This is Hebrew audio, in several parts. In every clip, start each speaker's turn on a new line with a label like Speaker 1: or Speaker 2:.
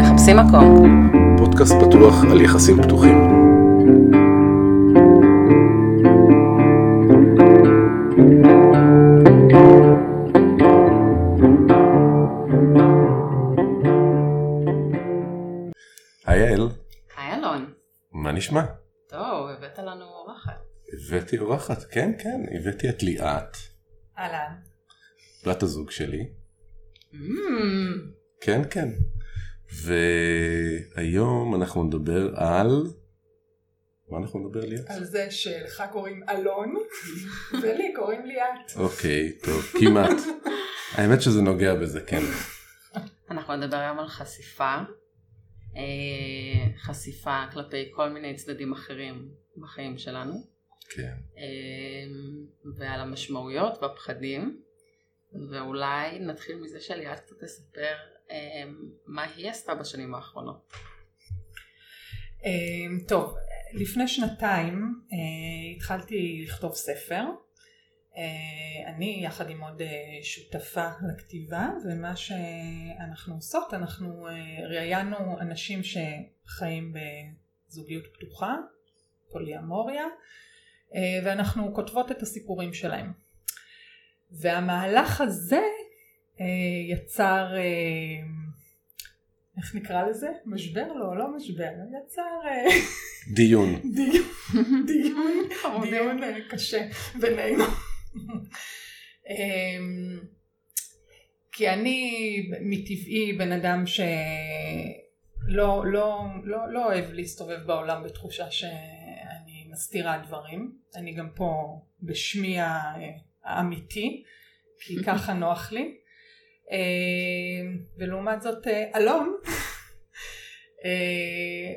Speaker 1: מחפשים מקום.
Speaker 2: פודקאסט פתוח על יחסים פתוחים. היי יעל,
Speaker 1: היי אלון.
Speaker 2: מה נשמע?
Speaker 1: טוב, הבאת לנו אורחת.
Speaker 2: הבאתי אורחת, כן כן, הבאתי את ליאת,
Speaker 3: אהלן.
Speaker 2: בת הזוג שלי,
Speaker 1: Mm,
Speaker 2: כן כן. והיום אנחנו נדבר על... מה אנחנו נדבר ליאת?
Speaker 3: על זה שלך קוראים אלון, ולי קוראים ליאת.
Speaker 2: אוקיי, טוב, כמעט. האמת שזה נוגע בזה, כן.
Speaker 1: אנחנו נדבר היום על חשיפה. אה, חשיפה כלפי כל מיני צדדים אחרים בחיים שלנו.
Speaker 2: כן.
Speaker 1: אה, ועל המשמעויות והפחדים. ואולי נתחיל מזה שליאת קצת תספר אה, מה היא עשתה בשנים האחרונות.
Speaker 3: אמ, טוב, לפני שנתיים אה, התחלתי לכתוב ספר. אה, אני יחד עם עוד אה, שותפה לכתיבה, ומה שאנחנו עושות, אנחנו אה, ראיינו אנשים שחיים בזוגיות פתוחה, פוליאמוריה, אה, ואנחנו כותבות את הסיפורים שלהם. והמהלך הזה אה, יצר, אה, איך נקרא לזה? משבר? לא, לא משבר, יצר... אה,
Speaker 2: דיון.
Speaker 3: דיון, דיון,
Speaker 1: חמודים.
Speaker 3: דיון אה, קשה בינינו. אמ, כי אני מטבעי בן אדם שלא לא, לא, לא אוהב להסתובב בעולם בתחושה שאני מסתירה דברים. אני גם פה בשמי ה- האמיתי, כי ככה נוח לי. אמ, ולעומת זאת אה, אלון אה,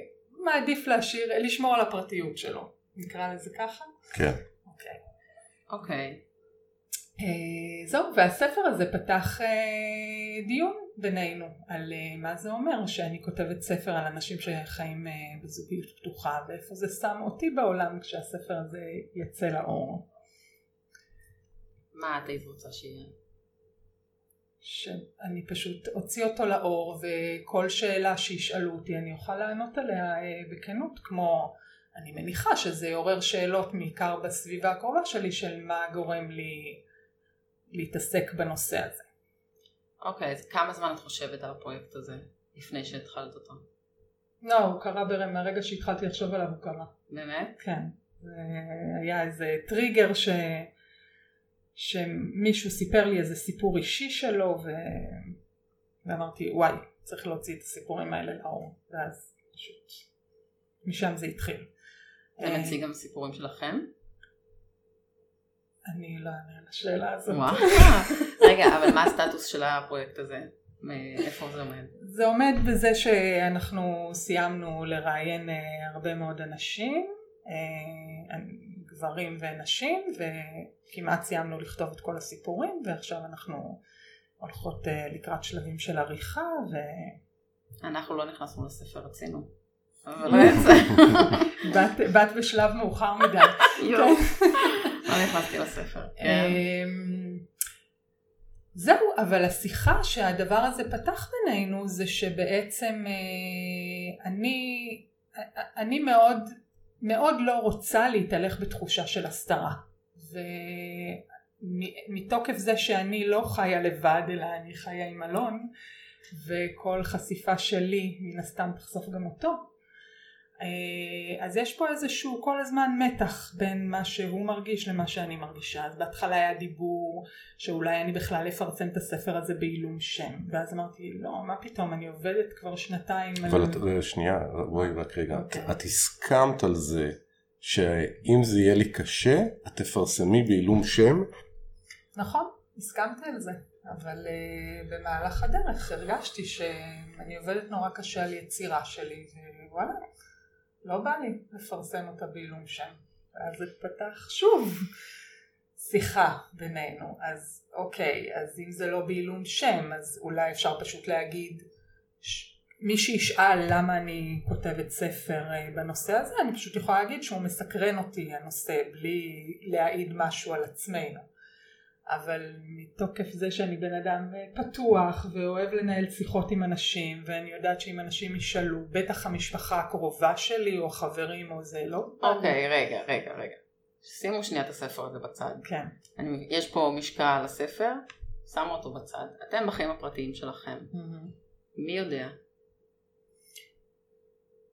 Speaker 3: מעדיף להשאיר, לשמור על הפרטיות שלו, נקרא לזה ככה.
Speaker 2: כן.
Speaker 1: אוקיי.
Speaker 3: אה, זהו, והספר הזה פתח אה, דיון בינינו על אה, מה זה אומר שאני כותבת ספר על אנשים שחיים אה, בזוגיות פתוחה ואיפה זה שם אותי בעולם כשהספר הזה יצא לאור.
Speaker 1: מה את היית רוצה שיהיה?
Speaker 3: שאני פשוט אוציא אותו לאור וכל שאלה שישאלו אותי אני אוכל לענות עליה אה, בכנות כמו אני מניחה שזה יעורר שאלות בעיקר בסביבה הקרובה שלי של מה גורם לי להתעסק בנושא הזה.
Speaker 1: אוקיי, אז כמה זמן את חושבת על הפרויקט הזה לפני שהתחלת אותו?
Speaker 3: לא, הוא קרה ברם, מהרגע שהתחלתי לחשוב עליו הוא קרה.
Speaker 1: באמת?
Speaker 3: כן. זה היה איזה טריגר ש... שמישהו סיפר לי איזה סיפור אישי שלו ו... ואמרתי וואי צריך להוציא את הסיפורים האלה לאור ואז פשוט משם זה התחיל.
Speaker 1: אתה
Speaker 3: אה,
Speaker 1: מציג גם סיפורים שלכם?
Speaker 3: אני לא אענה על השאלה הזאת.
Speaker 1: וואו. רגע, אבל מה הסטטוס של הפרויקט הזה? מ- איפה זה עומד?
Speaker 3: זה עומד בזה שאנחנו סיימנו לראיין אה, הרבה מאוד אנשים, אה, גברים ונשים, וכמעט סיימנו לכתוב את כל הסיפורים, ועכשיו אנחנו הולכות אה, לקראת שלבים של עריכה,
Speaker 1: אנחנו לא נכנסנו לספר, רצינו. אבל לא יצא.
Speaker 3: ובאת באת בשלב מאוחר מדי.
Speaker 1: יואו.
Speaker 3: כן.
Speaker 1: לא נכנסתי לספר.
Speaker 3: אה,
Speaker 1: כן.
Speaker 3: אמ, זהו, אבל השיחה שהדבר הזה פתח בינינו זה שבעצם אה, אני, אה, אני מאוד, מאוד לא רוצה להתהלך בתחושה של הסתרה. ומתוקף זה שאני לא חיה לבד אלא אני חיה עם אלון וכל חשיפה שלי מן הסתם תחשוף גם אותו. אה, אז יש פה איזשהו כל הזמן מתח בין מה שהוא מרגיש למה שאני מרגישה. אז בהתחלה היה דיבור שאולי אני בכלל אפרסם את הספר הזה בעילום שם. ואז אמרתי לא מה פתאום אני עובדת כבר שנתיים. על-
Speaker 2: אבל את, אה, שנייה, בואי רק רגע. את-
Speaker 3: אוקיי.
Speaker 2: את הסכמת על זה שאם זה יהיה לי קשה, את תפרסמי בעילום שם.
Speaker 3: נכון, הסכמתי על זה, אבל uh, במהלך הדרך הרגשתי שאני עובדת נורא קשה על יצירה שלי, ווואלה, לא בא לי לפרסם אותה בעילום שם. ואז זה פתח שוב שיחה בינינו, אז אוקיי, אז אם זה לא בעילום שם, אז אולי אפשר פשוט להגיד ש- מי שישאל למה אני כותבת ספר אה, בנושא הזה, אני פשוט יכולה להגיד שהוא מסקרן אותי הנושא, בלי להעיד משהו על עצמנו. אבל מתוקף זה שאני בן אדם אה, פתוח ואוהב לנהל שיחות עם אנשים, ואני יודעת שאם אנשים ישאלו, בטח המשפחה הקרובה שלי או החברים או זה, לא?
Speaker 1: אוקיי, רגע, רגע, רגע. שימו שנייה את הספר הזה בצד.
Speaker 3: כן.
Speaker 1: אני, יש פה משקל לספר, שמו אותו בצד. אתם בחיים הפרטיים שלכם.
Speaker 3: Mm-hmm.
Speaker 1: מי יודע?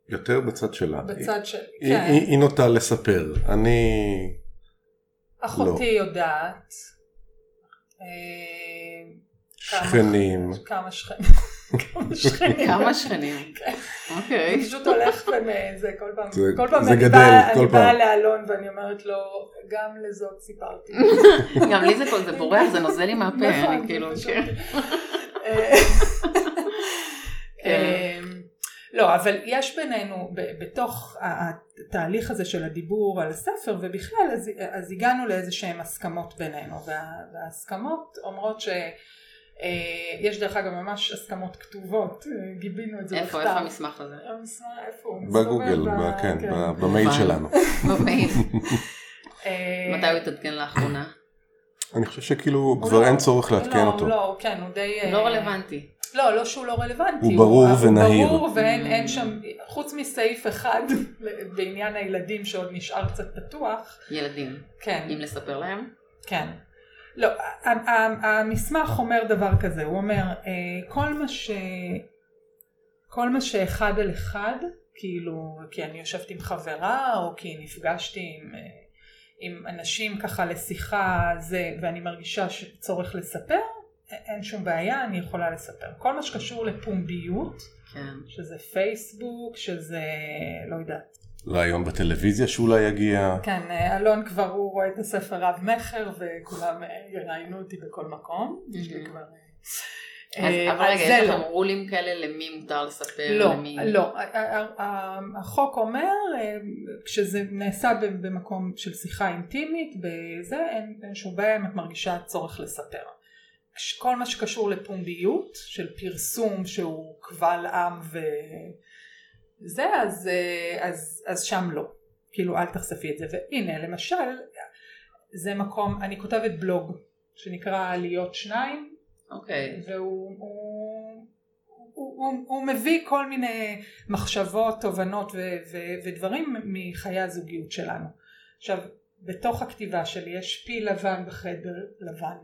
Speaker 2: יותר בצד שלה.
Speaker 3: בצד כן, של...
Speaker 2: היא, היא, היא, היא נוטה לספר. אני... אה,
Speaker 3: אחותי
Speaker 2: לא.
Speaker 3: יודעת. אה, כמה-
Speaker 2: שכנים.
Speaker 3: כמה שכנים. כמה שכנים.
Speaker 1: כמה שכנים.
Speaker 3: כן.
Speaker 1: אוקיי.
Speaker 3: זה פשוט הולך ומזה כל פעם.
Speaker 2: זה-
Speaker 3: כל פעם
Speaker 2: זה
Speaker 3: אני
Speaker 2: גדל,
Speaker 3: באה-
Speaker 2: כל
Speaker 3: אני באה
Speaker 2: פעם.
Speaker 3: לאלון ואני אומרת לו, גם לזאת סיפרתי.
Speaker 1: גם לי זה כל זה בורח, זה נוזל לי מהפה.
Speaker 3: נכון,
Speaker 1: אני כאילו,
Speaker 3: זה פשוט-
Speaker 1: כן.
Speaker 3: אה,
Speaker 1: כן.
Speaker 3: אה, לא, אבל יש בינינו, ב- בתוך ה- התהליך הזה של הדיבור על הספר ובכלל, אז, אז הגענו לאיזה שהן הסכמות בינינו, וה, וההסכמות אומרות ש... אה, יש דרך אגב ממש הסכמות כתובות, אה, גיבינו את זה
Speaker 1: איפה, איפה המסמך הזה?
Speaker 3: המסמך? איפה הוא? מסתובב
Speaker 2: בגוגל, ב- כן, ב- במייל
Speaker 1: כמובן.
Speaker 2: שלנו.
Speaker 1: במייל.
Speaker 3: אה,
Speaker 1: מתי הוא התעדכן לאחרונה?
Speaker 2: אני חושב שכאילו
Speaker 3: הוא
Speaker 2: כבר
Speaker 3: לא-
Speaker 2: אין צורך לעדכן
Speaker 3: לא,
Speaker 2: אותו.
Speaker 3: לא, הוא כן, הוא די... אה,
Speaker 1: לא רלוונטי.
Speaker 3: לא, לא שהוא לא רלוונטי.
Speaker 2: הוא ברור ונהיר.
Speaker 3: הוא ברור ואין אין שם, חוץ מסעיף אחד בעניין הילדים שעוד נשאר קצת פתוח,
Speaker 1: ילדים.
Speaker 3: כן,
Speaker 1: אם לספר להם?
Speaker 3: כן. לא, ה- ה- המסמך אומר דבר כזה, הוא אומר, אה, כל מה ש... כל מה שאחד על אחד, כאילו, כי אני יושבת עם חברה, או כי נפגשתי עם, אה, עם אנשים ככה לשיחה, זה, ואני מרגישה שצורך לספר, א- אין שום בעיה, אני יכולה לספר. כל מה שקשור לפומביות,
Speaker 1: כן.
Speaker 3: שזה פייסבוק, שזה, לא יודעת.
Speaker 2: ראיון בטלוויזיה שאולי יגיע.
Speaker 3: כן, אה, אלון כבר הוא רואה את הספר רב מכר, וכולם אה, יראיינו אותי בכל מקום. יש לי כבר... אה,
Speaker 1: אז- אבל
Speaker 3: אה,
Speaker 1: רגע,
Speaker 3: זה
Speaker 1: יש
Speaker 3: לא.
Speaker 1: לכם רולים כאלה למי מותר לספר?
Speaker 3: לא,
Speaker 1: למי...
Speaker 3: לא, ה- ה- ה- החוק אומר, אה, כשזה נעשה ב- במקום של שיחה אינטימית, בזה אין אין שום בעיה אם את מרגישה צורך לספר. כש- כל מה שקשור לפומביות, של פרסום שהוא קבל עם וזה, אז, אה, אז, אז שם לא. כאילו אל תחשפי את זה. והנה, למשל, זה מקום, אני כותבת בלוג שנקרא להיות שניים,
Speaker 1: אוקיי.
Speaker 3: והוא הוא, הוא, הוא, הוא מביא כל מיני מחשבות, תובנות ו, ו, ודברים מחיי הזוגיות שלנו. עכשיו, בתוך הכתיבה שלי יש פיל לבן בחדר, לבן,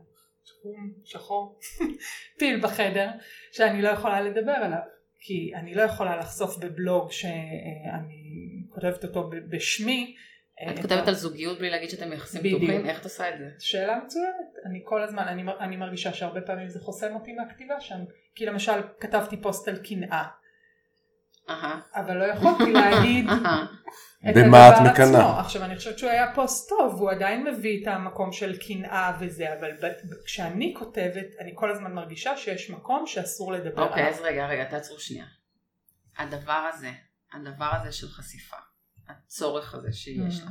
Speaker 3: תחום, שחור, פיל בחדר, שאני לא יכולה לדבר עליו, כי אני לא יכולה לחשוף בבלוג שאני כותבת אותו ב- בשמי. אה,
Speaker 1: את כותבת על זוגיות בלי להגיד שאתם יחסים פתוחים?
Speaker 3: לא. בדיוק.
Speaker 1: איך את עושה את זה?
Speaker 3: שאלה מצוינת, אני כל הזמן, אני, מר- אני מרגישה שהרבה פעמים זה חוסם אותי מהכתיבה שם, כי למשל כתבתי פוסט על קנאה,
Speaker 1: אהה.
Speaker 3: אבל לא יכולתי להגיד
Speaker 1: אהה.
Speaker 3: את
Speaker 2: במה את
Speaker 3: הדבר
Speaker 2: מקנאה?
Speaker 3: עצמו, עכשיו אני חושבת שהוא היה פוסט טוב, הוא עדיין מביא את המקום של קנאה וזה, אבל ב- כשאני כותבת, אני כל הזמן מרגישה שיש מקום שאסור לדבר
Speaker 1: אוקיי,
Speaker 3: עליו.
Speaker 1: אז רגע, רגע, תעצרו שנייה. הדבר הזה, הדבר הזה של חשיפה, הצורך הזה שיש
Speaker 3: Mhm.
Speaker 1: לך,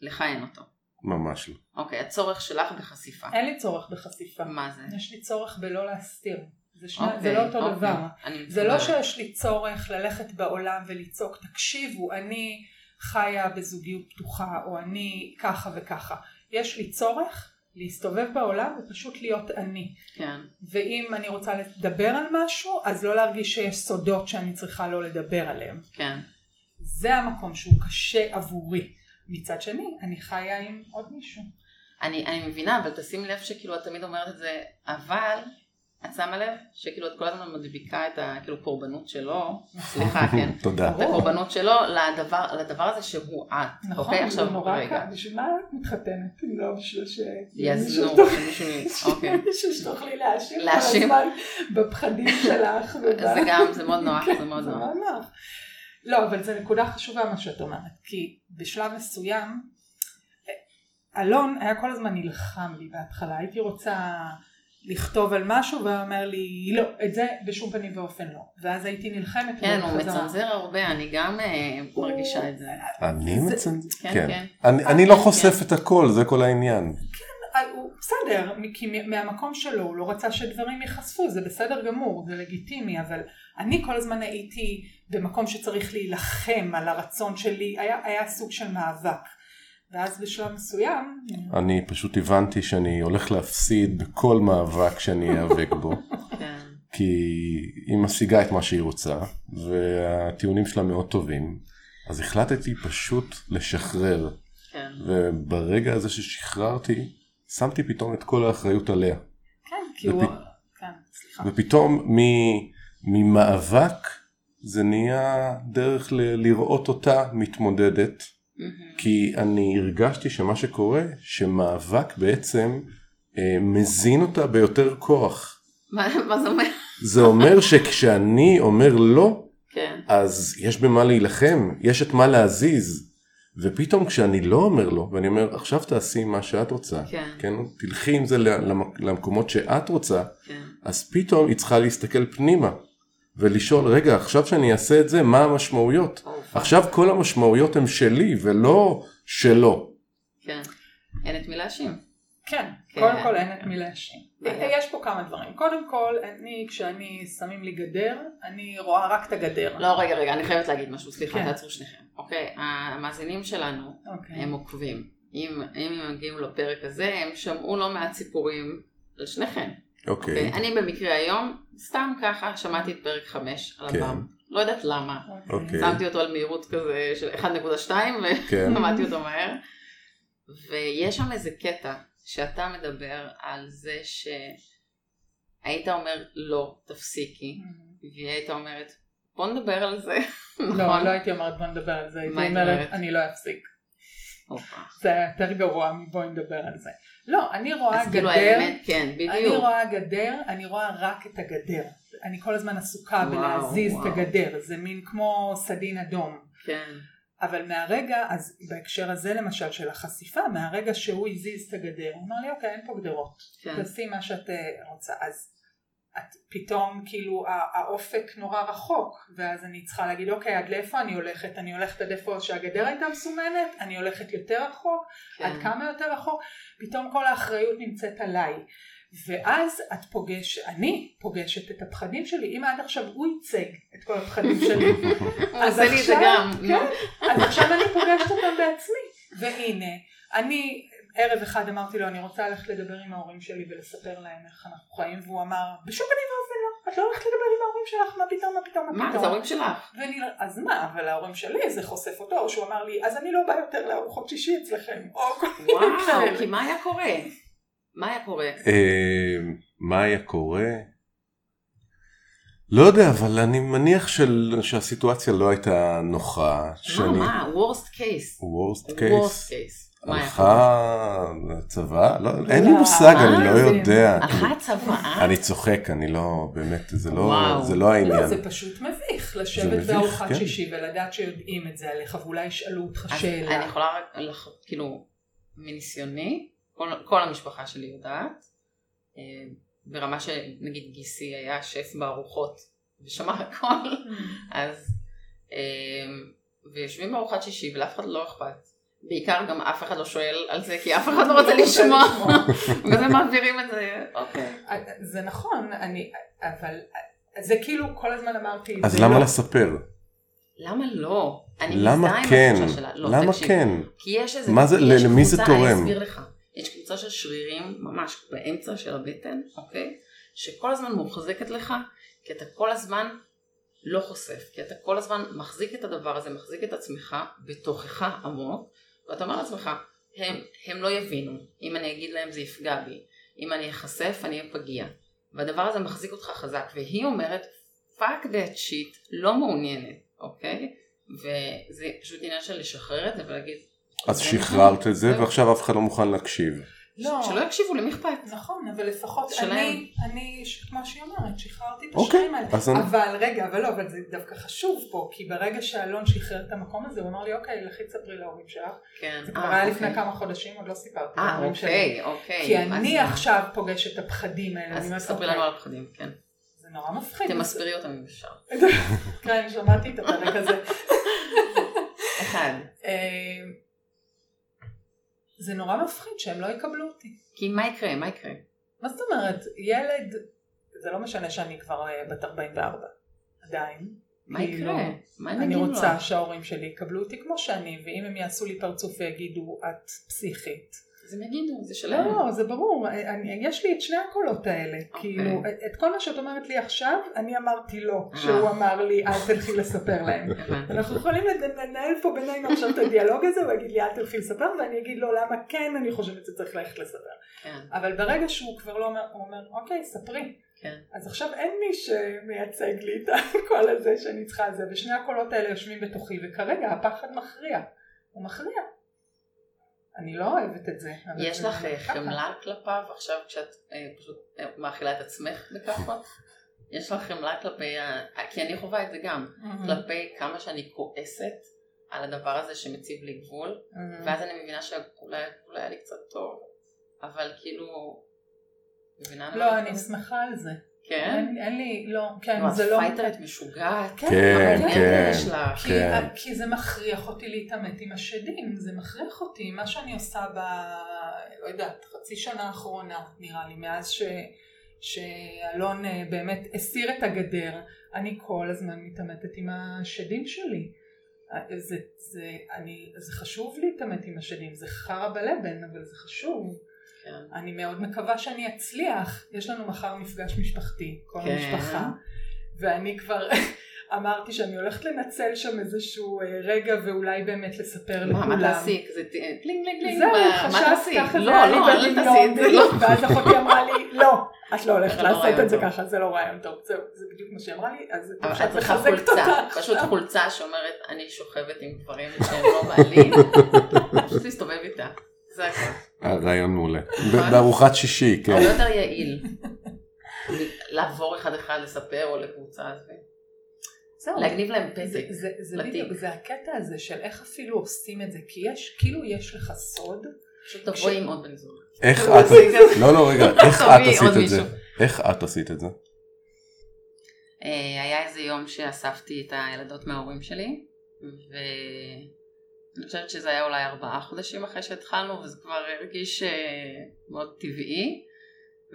Speaker 1: לך אין אותו.
Speaker 2: ממש לא.
Speaker 1: אוקיי, הצורך שלך בחשיפה.
Speaker 3: אין לי צורך בחשיפה,
Speaker 1: מה זה?
Speaker 3: יש לי צורך בלא להסתיר, זה, שני,
Speaker 1: אוקיי,
Speaker 3: זה לא אותו
Speaker 1: אוקיי.
Speaker 3: דבר.
Speaker 1: אני
Speaker 3: זה לא
Speaker 1: מתחברת.
Speaker 3: שיש לי צורך ללכת בעולם ולצעוק תקשיבו אני חיה בזוגיות פתוחה או אני ככה וככה יש לי צורך להסתובב בעולם ופשוט להיות אני
Speaker 1: כן.
Speaker 3: ואם אני רוצה לדבר על משהו אז לא להרגיש שיש סודות שאני צריכה לא לדבר עליהם
Speaker 1: כן.
Speaker 3: זה המקום שהוא קשה עבורי מצד שני אני חיה עם עוד מישהו
Speaker 1: אני, אני מבינה, אבל תשים לב שכאילו את תמיד אומרת את זה, אבל את שמה לב שכאילו את כל הזמן מדביקה את הקורבנות שלו, סליחה, כן,
Speaker 2: תודה.
Speaker 1: את הקורבנות שלו לדבר, לדבר הזה שהוא את.
Speaker 3: נכון,
Speaker 1: אוקיי, עכשיו
Speaker 3: זה נורא
Speaker 1: רגע.
Speaker 3: קל, בשביל מה את מתחתנת אם לא בשביל ש...
Speaker 1: יאזנו,
Speaker 3: שתוכלי-
Speaker 1: שמישהו, אוקיי.
Speaker 3: שתוכלי להאשים כל
Speaker 1: להאשים.
Speaker 3: הזמן בפחדים שלך. וב-
Speaker 1: זה גם, זה מאוד נוח, זה מאוד
Speaker 3: זה
Speaker 1: נוח.
Speaker 3: מאוד נוח. לא, אבל זו נקודה חשובה מה שאת אומרת, כי בשלב מסוים, אלון היה כל הזמן נלחם לי בהתחלה, הייתי רוצה לכתוב על משהו והוא אומר לי לא, את זה בשום פנים ואופן לא, ואז הייתי נלחמת
Speaker 1: כן,
Speaker 3: מול
Speaker 1: הוא
Speaker 3: חזרה.
Speaker 1: מצנזר הרבה, אני גם אה,
Speaker 3: הוא-
Speaker 1: מרגישה את זה.
Speaker 2: אני
Speaker 3: זה-
Speaker 2: מצנזר.
Speaker 1: כן,
Speaker 2: כן.
Speaker 1: כן.
Speaker 2: אני- אני לא חושף את הכל, זה כל העניין.
Speaker 3: אה, הוא בסדר, מ- כי מ- מהמקום שלו הוא לא רצה שדברים ייחשפו, זה בסדר גמור, זה לגיטימי, אבל אני כל הזמן הייתי במקום שצריך להילחם על הרצון שלי, היה, היה סוג של מאבק. ואז בשלב מסוים,
Speaker 2: אני פשוט הבנתי שאני הולך להפסיד בכל מאבק שאני איאבק בו,
Speaker 1: כן.
Speaker 2: כי היא משיגה את מה שהיא רוצה, והטיעונים שלה מאוד טובים, אז החלטתי פשוט לשחרר,
Speaker 1: כן.
Speaker 2: וברגע הזה ששחררתי, שמתי פתאום את כל האחריות עליה,
Speaker 3: כן, כי הוא...
Speaker 2: ופ-
Speaker 3: כן, סליחה.
Speaker 2: ופתאום מ... ממאבק זה נהיה דרך ל... לראות אותה מתמודדת.
Speaker 1: מהמם.
Speaker 2: כי אני הרגשתי שמה שקורה, שמאבק בעצם אה, מזין אותה ביותר כוח.
Speaker 1: מה מה זה אומר?
Speaker 2: זה אומר שכשאני אומר לא,
Speaker 1: כן.
Speaker 2: אז יש במה להילחם, יש את מה להזיז. ופתאום כשאני לא אומר לא, ואני אומר עכשיו תעשי מה שאת רוצה,
Speaker 1: כן.
Speaker 2: כן? תלכי עם זה למק- למקומות שאת רוצה,
Speaker 1: כן.
Speaker 2: אז פתאום היא צריכה להסתכל פנימה ולשאול רגע עכשיו שאני אעשה את זה מה המשמעויות
Speaker 1: אוף.
Speaker 2: עכשיו כל המשמעויות הן שלי ולא שלו
Speaker 1: כן. אין את מי להאשים.
Speaker 3: כן,
Speaker 1: כן. אה.
Speaker 3: קודם כל אין את מי להאשים.
Speaker 1: בעיה.
Speaker 3: יש פה כמה דברים. קודם כל, אני, כשאני שמים לי גדר, אני רואה רק את הגדר.
Speaker 1: לא, רגע, רגע, אני חייבת להגיד משהו, סליחה,
Speaker 3: כן.
Speaker 1: תעצרו שניכם. אוקיי, המאזינים שלנו,
Speaker 3: אוקיי.
Speaker 1: הם עוקבים. אם, אם הם הגיעו לפרק הזה, הם שמעו לא מעט סיפורים על שניכם.
Speaker 2: אוקיי
Speaker 1: אני במקרה היום, סתם ככה, שמעתי את פרק 5 על
Speaker 2: כן.
Speaker 1: הבאם. לא יודעת למה.
Speaker 2: אוקיי.
Speaker 1: שמתי אותו על מהירות כזה של 1.2
Speaker 2: כן
Speaker 1: ולמדתי אותו מהר. ויש שם איזה קטע שאתה מדבר על זה שהיית אומר לא, תפסיקי, והיא הייתה אומרת בוא נדבר על זה, נכון.
Speaker 3: לא, לא הייתי אומרת בוא נדבר על זה,
Speaker 1: מה
Speaker 3: הייתי
Speaker 1: היית
Speaker 3: אומרת
Speaker 1: אומרת?
Speaker 3: אני לא אפסיק.
Speaker 1: הופה.
Speaker 3: זה היה יותר גרוע מבואי נדבר על זה. לא, אני רואה
Speaker 1: אז כאילו
Speaker 3: גדר,
Speaker 1: האמת, כן,
Speaker 3: אני
Speaker 1: בדיוק.
Speaker 3: רואה גדר, אני רואה רק את הגדר. אני כל הזמן עסוקה
Speaker 1: וואו,
Speaker 3: בלהזיז את
Speaker 1: וואו.
Speaker 3: הגדר, זה מין כמו סדין אדום.
Speaker 1: כן,
Speaker 3: אבל מהרגע, אז בהקשר הזה למשל של החשיפה, מהרגע שהוא הזיז את הגדר, הוא אמר לי אוקיי אין פה גדרות.
Speaker 1: כן,
Speaker 3: תעשי מה שאת אה, רוצה. אז את פתאום, כאילו, ה- האופק נורא רחוק, ואז אני צריכה להגיד, אוקיי, עד לאיפה אני הולכת? אני הולכת עד איפה שהגדר הייתה מסומנת? אני הולכת יותר רחוק? כן. עד
Speaker 1: כן,
Speaker 3: כמה יותר רחוק? פתאום כל האחריות נמצאת עליי. ואז את פוגש, אני פוגשת את הפחדים שלי, אם עד עכשיו הוא ייצג את כל הפחדים שלי,
Speaker 1: הוא עושה לי את זה
Speaker 3: עכשיו-
Speaker 1: גם.
Speaker 3: כן, אז עכשיו אני פוגשת אותם בעצמי. והנה, אני ערב אחד אמרתי לו, אני רוצה ללכת לדבר עם ההורים שלי ולספר להם איך אנחנו חיים, והוא אמר, בשום פנים ואופן לא, את לא הולכת לדבר עם ההורים שלך, מה פתאום, מה פתאום, מה
Speaker 1: מה, זה
Speaker 3: פתאום.
Speaker 1: ההורים שלך.
Speaker 3: ואני, לא, אז מה, אבל ההורים שלי זה חושף אותו, או שהוא אמר לי, אז אני לא בא יותר לארוחות שישי אצלכם, או כל מיני
Speaker 1: וואו, כי
Speaker 3: כאלה.
Speaker 1: מה היה קורה? מה היה קורה?
Speaker 2: אה, מה היה קורה לא יודע אבל אני מניח של... שהסיטואציה לא הייתה נוחה
Speaker 1: מה,
Speaker 2: שאני
Speaker 1: מה, worst case.
Speaker 2: וורסט
Speaker 1: worst
Speaker 2: קייס
Speaker 1: case. מה היה קורה?
Speaker 2: הלכה לצבא לא אין לי
Speaker 3: לא,
Speaker 2: מושג
Speaker 1: מה
Speaker 2: אני לא
Speaker 3: זה?
Speaker 2: יודע
Speaker 1: הלכה צוואה?
Speaker 2: אני צוחק, אני לא, באמת, זה לא,
Speaker 1: וואו.
Speaker 2: זה לא העניין.
Speaker 3: לא, זה פשוט מביך
Speaker 2: זה
Speaker 3: לשבת
Speaker 2: מביך,
Speaker 3: בארוחת
Speaker 2: כן.
Speaker 3: שישי ולדעת שיודעים את זה עליך, ואולי ישאלו אותך
Speaker 1: אז
Speaker 3: שאלה.
Speaker 1: אני יכולה רק, לח- כאילו, מניסיוני, כל- כל המשפחה שלי יודעת, אה, ברמה שנגיד גיסי היה שף בארוחות ושמע הכל. אז אמ, ויושבים בארוחת שישי ולאף אחד לא אכפת. בעיקר גם אף אחד לא שואל על זה כי אף אחד לא רוצה לשמוע. וזה מעבירים את זה. אוקיי.
Speaker 3: זה נכון, אני, אבל זה כאילו כל הזמן אמרתי,
Speaker 2: אז
Speaker 3: זה
Speaker 2: למה
Speaker 3: לא-
Speaker 2: לספר?
Speaker 1: למה לא? אני
Speaker 2: למה
Speaker 1: מזדהה
Speaker 2: כן?
Speaker 1: עם התחושה שלה. לא,
Speaker 2: למה
Speaker 1: תקשיב.
Speaker 2: כן?
Speaker 1: כי יש איזה...
Speaker 2: מה זה-
Speaker 1: יש
Speaker 2: למי זה
Speaker 1: קבוצה,
Speaker 2: תורם?
Speaker 1: אני אסביר לך. יש קבוצה של שרירים ממש באמצע של הבטן, אוקיי? שכל הזמן מוחזקת לך, כי אתה כל הזמן לא חושף, כי אתה כל הזמן מחזיק את הדבר הזה, מחזיק את עצמך בתוכך עמוק, ואתה אומר לעצמך, הם, הם לא יבינו, אם אני אגיד להם זה יפגע בי, אם אני אחשף אני אהיה פגיע, והדבר הזה מחזיק אותך חזק, והיא אומרת, fuck that shit, לא מעוניינת, אוקיי? וזה פשוט עניין של לשחרר את זה ולהגיד,
Speaker 2: אז
Speaker 1: זה
Speaker 2: שחררת
Speaker 1: נכון,
Speaker 2: את זה
Speaker 1: זהו.
Speaker 2: ועכשיו אף אחד לא מוכן להקשיב.
Speaker 3: לא,
Speaker 1: ש- שלא יקשיבו למי אכפת.
Speaker 3: נכון, אבל לפחות
Speaker 1: שלהם.
Speaker 3: אני, אני, ש- כמו שהיא אומרת, שחררתי את
Speaker 2: אוקיי,
Speaker 3: השניים האלה.
Speaker 2: אז אני-
Speaker 3: אבל רגע, אבל לא, אבל זה דווקא חשוב פה, כי ברגע שאלון שחרר את המקום הזה, הוא אמר לי, אוקיי, לכי תספרי להורים שלך.
Speaker 1: כן.
Speaker 3: זה
Speaker 1: אה,
Speaker 3: כבר היה
Speaker 1: אוקיי.
Speaker 3: לפני כמה חודשים, עוד לא סיפרתי
Speaker 1: אה,
Speaker 3: להורים שלי.
Speaker 1: אוקיי, אוקיי.
Speaker 3: כי
Speaker 1: אז-
Speaker 3: אני עכשיו פוגשת את הפחדים האלה. אני
Speaker 1: אז
Speaker 3: אומרת,
Speaker 1: תספרי
Speaker 3: אוקיי,
Speaker 1: לנו על הפחדים, כן.
Speaker 3: זה נורא מפחיד.
Speaker 1: תמספרי אותם אם אפשר.
Speaker 3: כן, שמעתי את הפרק הזה.
Speaker 1: אחד.
Speaker 3: אה, אמ, זה נורא מפחיד שהם לא יקבלו אותי.
Speaker 1: כי מה יקרה? מה יקרה?
Speaker 3: מה זאת אומרת, ילד, זה לא משנה שאני כבר אה, בת 44, עדיין.
Speaker 1: מה יקרה?
Speaker 3: כאילו,
Speaker 1: מה
Speaker 3: אני
Speaker 1: נגיד לו?
Speaker 3: רוצה שההורים שלי יקבלו אותי כמו שאני, ואם הם יעשו לי פרצוף ויגידו את פסיכית.
Speaker 1: אז הם יגידו, זה שלהם.
Speaker 3: לא, לא, זה ברור, אני, יש לי את שני הקולות האלה. כאילו, את, את כל מה שאת אומרת לי עכשיו, אני אמרתי לא, שהוא
Speaker 1: אה.
Speaker 3: אמר לי אל תלכי לספר להם.
Speaker 1: הבנתי.
Speaker 3: אנחנו יכולים לד- לנהל פה בינינו עכשיו את הדיאלוג הזה, הוא יגיד לי אל תלכי לספר, ואני אגיד לו למה כן אני חושבת שצריך ללכת לספר.
Speaker 1: כן,
Speaker 3: אבל ברגע שהוא כבר לא אומר, הוא אומר, אוקיי, ספרי.
Speaker 1: כן.
Speaker 3: אז עכשיו אין מי שמייצג לי את הקול הזה שאני צריכה את זה, ושני הקולות האלה יושבים בתוכי, וכרגע הפחד מכריע. הוא מכריע. אני לא אוהבת את זה. אבל
Speaker 1: יש
Speaker 3: זה
Speaker 1: לך אה,
Speaker 3: ככה.
Speaker 1: חמלה כלפיו עכשיו כשאת אה, פשוט אה, מאכילה את עצמך בכאפות? יש לך חמלה כלפי, ה- אה, כי אני חווה את זה גם,
Speaker 3: Mhm,
Speaker 1: כלפי כמה שאני כועסת על הדבר הזה שמציב לי גבול,
Speaker 3: mhm.
Speaker 1: ואז אני מבינה שאולי אולי היה לי קצת טוב, אבל כאילו, מבינה?
Speaker 3: לא, אני שמחה על זה.
Speaker 1: כן?
Speaker 3: אין אין לי, לא, כן,
Speaker 1: נו, את
Speaker 3: זה לא...
Speaker 1: פייטרית משוגעת.
Speaker 3: כן,
Speaker 2: כן,
Speaker 1: אבל
Speaker 2: כן.
Speaker 1: יש לך.
Speaker 3: כי, אה,
Speaker 2: כן.
Speaker 3: כי זה מכריח אותי להתעמת עם השדים, זה מכריח אותי, מה שאני עושה ב... לא יודעת, חצי שנה האחרונה, נראה לי, מאז ש... שאלון אה, באמת הסיר את הגדר, אני כל הזמן מתעמתת עם השדים שלי. אה, זה, זה, אני, זה חשוב להתעמת עם השדים, זה חרא בלבן, אבל זה חשוב.
Speaker 1: כן.
Speaker 3: אני מאוד מקווה שאני אצליח. יש לנו מחר מפגש משפחתי, כל
Speaker 1: כן.
Speaker 3: כן. המשפחה, ואני כבר אמרתי שאני הולכת לנצל שם איזשהו אה, רגע ואולי באמת לספר
Speaker 1: מה, מה
Speaker 3: לכולם.
Speaker 1: תעשי? כזה ט- אה, טלינג לינג לינג.
Speaker 3: זהו,
Speaker 1: מה- מה
Speaker 3: חשבת
Speaker 1: תעשי?
Speaker 3: ככה
Speaker 1: לא,
Speaker 3: זה היה לי
Speaker 1: לא, אל תעשי את
Speaker 3: בדמיון,
Speaker 1: זה, לא.
Speaker 3: ואז אחותי אמרה לי, לא, את לא הולכת
Speaker 1: זה לא
Speaker 3: לעשות
Speaker 1: רעיון
Speaker 3: את זה
Speaker 1: טוב."
Speaker 3: ככה, זה לא רעיון טוב, זהו, זה בדיוק מה שהיא אמרה לי, אז
Speaker 1: אבל
Speaker 3: עכשיו
Speaker 1: אה, את צריכה
Speaker 3: מחזקת
Speaker 1: חולצה,
Speaker 3: אותך.
Speaker 1: פשוט חולצה שאומרת אני שוכבת עם גברים שהם לא בעלים, פשוט להסתובב איתה, זה הכל.
Speaker 2: הרעיון אה, מעולה. ב- בארוחת שישי,
Speaker 1: הרבה
Speaker 2: כן.
Speaker 1: יותר יעיל מ- לעבור אחד אחד לספר או לקבוצה, ו-
Speaker 3: זהו.
Speaker 1: להגניב להם
Speaker 3: זה,
Speaker 1: פתק.
Speaker 3: זה, זה
Speaker 1: לתיק.
Speaker 3: בדיוק, זה הקטע הזה של איך אפילו עושים את זה, כי יש, כאילו יש לך סוד,
Speaker 1: פשוט תבואי עם עוד בן זוג.
Speaker 2: איך
Speaker 1: הוא
Speaker 2: את...
Speaker 1: עושה כזה.
Speaker 2: לא, לא, רגע, איך
Speaker 1: תביא
Speaker 2: את
Speaker 1: עוד
Speaker 2: עשית את זה?
Speaker 1: מישהו.
Speaker 2: איך את עשית את זה?
Speaker 1: אה, היה איזה יום שאספתי את הילדות מההורים שלי, ואני חושבת שזה היה אולי ארבעה חודשים אחרי שהתחלנו, וזה כבר הרגיש אה, מאוד טבעי.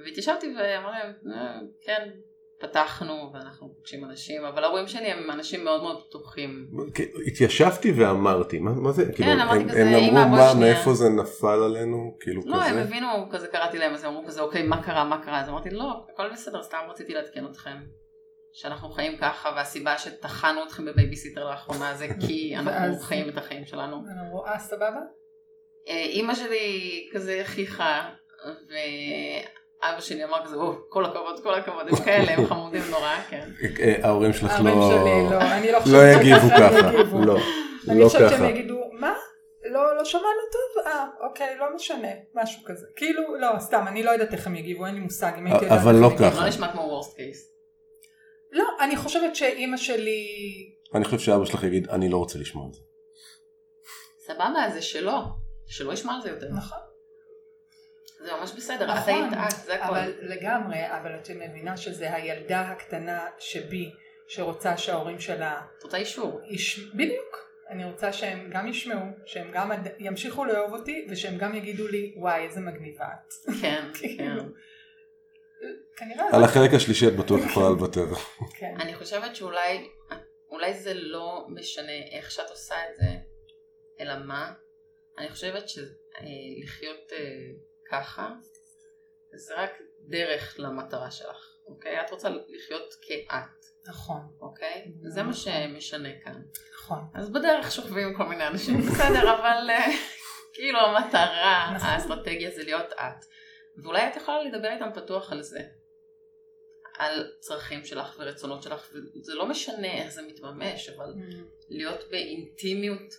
Speaker 1: והתיישבתי ואמרתי להם, "אה, כן, פתחנו ואנחנו פוגשים אנשים, אבל ההורים שלי הם אנשים מאוד מאוד פתוחים.
Speaker 2: התיישבתי ואמרתי, מה מה זה? כאילו,
Speaker 1: כן, אמרתי
Speaker 2: הם-
Speaker 1: כזה,
Speaker 2: הם
Speaker 1: "אמא,
Speaker 2: אמרו
Speaker 1: בוא
Speaker 2: מה,
Speaker 1: שנייה."
Speaker 2: מאיפה זה נפל עלינו? כאילו
Speaker 1: לא, הם
Speaker 2: כזה.
Speaker 1: הבינו, כזה קראתי להם, אז הם אמרו כזה, אוקיי, מה קרה, מה קרה? אז אמרתי, לא, הכל בסדר, סתם רציתי לעדכן אתכם. שאנחנו חיים ככה, והסיבה שטחנו אתכם בבייביסיטר לאחרונה זה כי אנחנו
Speaker 3: ואז-
Speaker 1: חיים את החיים שלנו.
Speaker 3: הם אמרו, אה, סבבה?
Speaker 1: אה, אימא שלי כזה חיכה, ואבא שלי אמר כזה, "או, כל הכבוד, כל הכבוד, הם כאלה, הם חמודים נורא, כן.
Speaker 2: אה, ההורים שלך
Speaker 3: ההורים
Speaker 2: לא...
Speaker 3: שלי, לא, אני לא
Speaker 2: לא
Speaker 3: חושבת
Speaker 2: יגיבו
Speaker 3: שככה הם
Speaker 2: ככה.
Speaker 3: יגיבו.
Speaker 2: לא,
Speaker 3: אני
Speaker 2: לא
Speaker 3: חושבת שהם
Speaker 2: ככה.
Speaker 3: יגידו, מה? לא, לא שמענו טוב? אה, אוקיי, לא משנה, משהו כזה. כאילו, לא, סתם, אני לא יודעת איך הם יגיבו, אין לי מושג אם הייתי יודעת
Speaker 2: אבל
Speaker 3: איך
Speaker 2: לא
Speaker 3: הם יגיבו.
Speaker 2: ככה.
Speaker 1: לא נשמע כמו וורסט קייס.
Speaker 3: לא, אני חושבת שאימא שלי...
Speaker 2: אני חושב שאבא שלך יגיד, אני לא רוצה לשמוע את זה.
Speaker 1: סבבה, אז זה שלא. שלא ישמע על זה יותר.
Speaker 3: נכון.
Speaker 1: זה ממש בסדר, את
Speaker 3: נכון,
Speaker 1: היית את, זה
Speaker 3: אבל
Speaker 1: הכל.
Speaker 3: לגמרי, אבל את מבינה שזה הילדה הקטנה שבי, שרוצה שההורים שלה
Speaker 1: את רוצה אישור.
Speaker 3: יש... בדיוק. אני רוצה שהם גם ישמעו, שהם גם עד- ימשיכו לאהוב אותי, ושהם גם יגידו לי, וואי, איזה מגניבה את.
Speaker 1: כן, כן.
Speaker 3: כאילו. כנראה,
Speaker 2: על החלק השלישי את בטוח יכולה לוותר.
Speaker 3: כן.
Speaker 1: אני חושבת שאולי אולי זה לא משנה איך שאת עושה את זה, אלא מה. אני חושבת שלחיות אה, ככה, זה רק דרך למטרה שלך, אוקיי? את רוצה לחיות כאת,
Speaker 3: נכון,
Speaker 1: אוקיי? זה מה שמשנה כאן.
Speaker 3: נכון.
Speaker 1: אז בדרך שוכבים כל מיני אנשים, בסדר, אבל אה, כאילו המטרה,
Speaker 3: נכון.
Speaker 1: האסטרטגיה זה להיות את. ואולי את יכולה לדבר איתם פתוח על זה. על צרכים שלך ורצונות שלך, וזה לא משנה איך זה מתממש, אבל להיות באינטימיות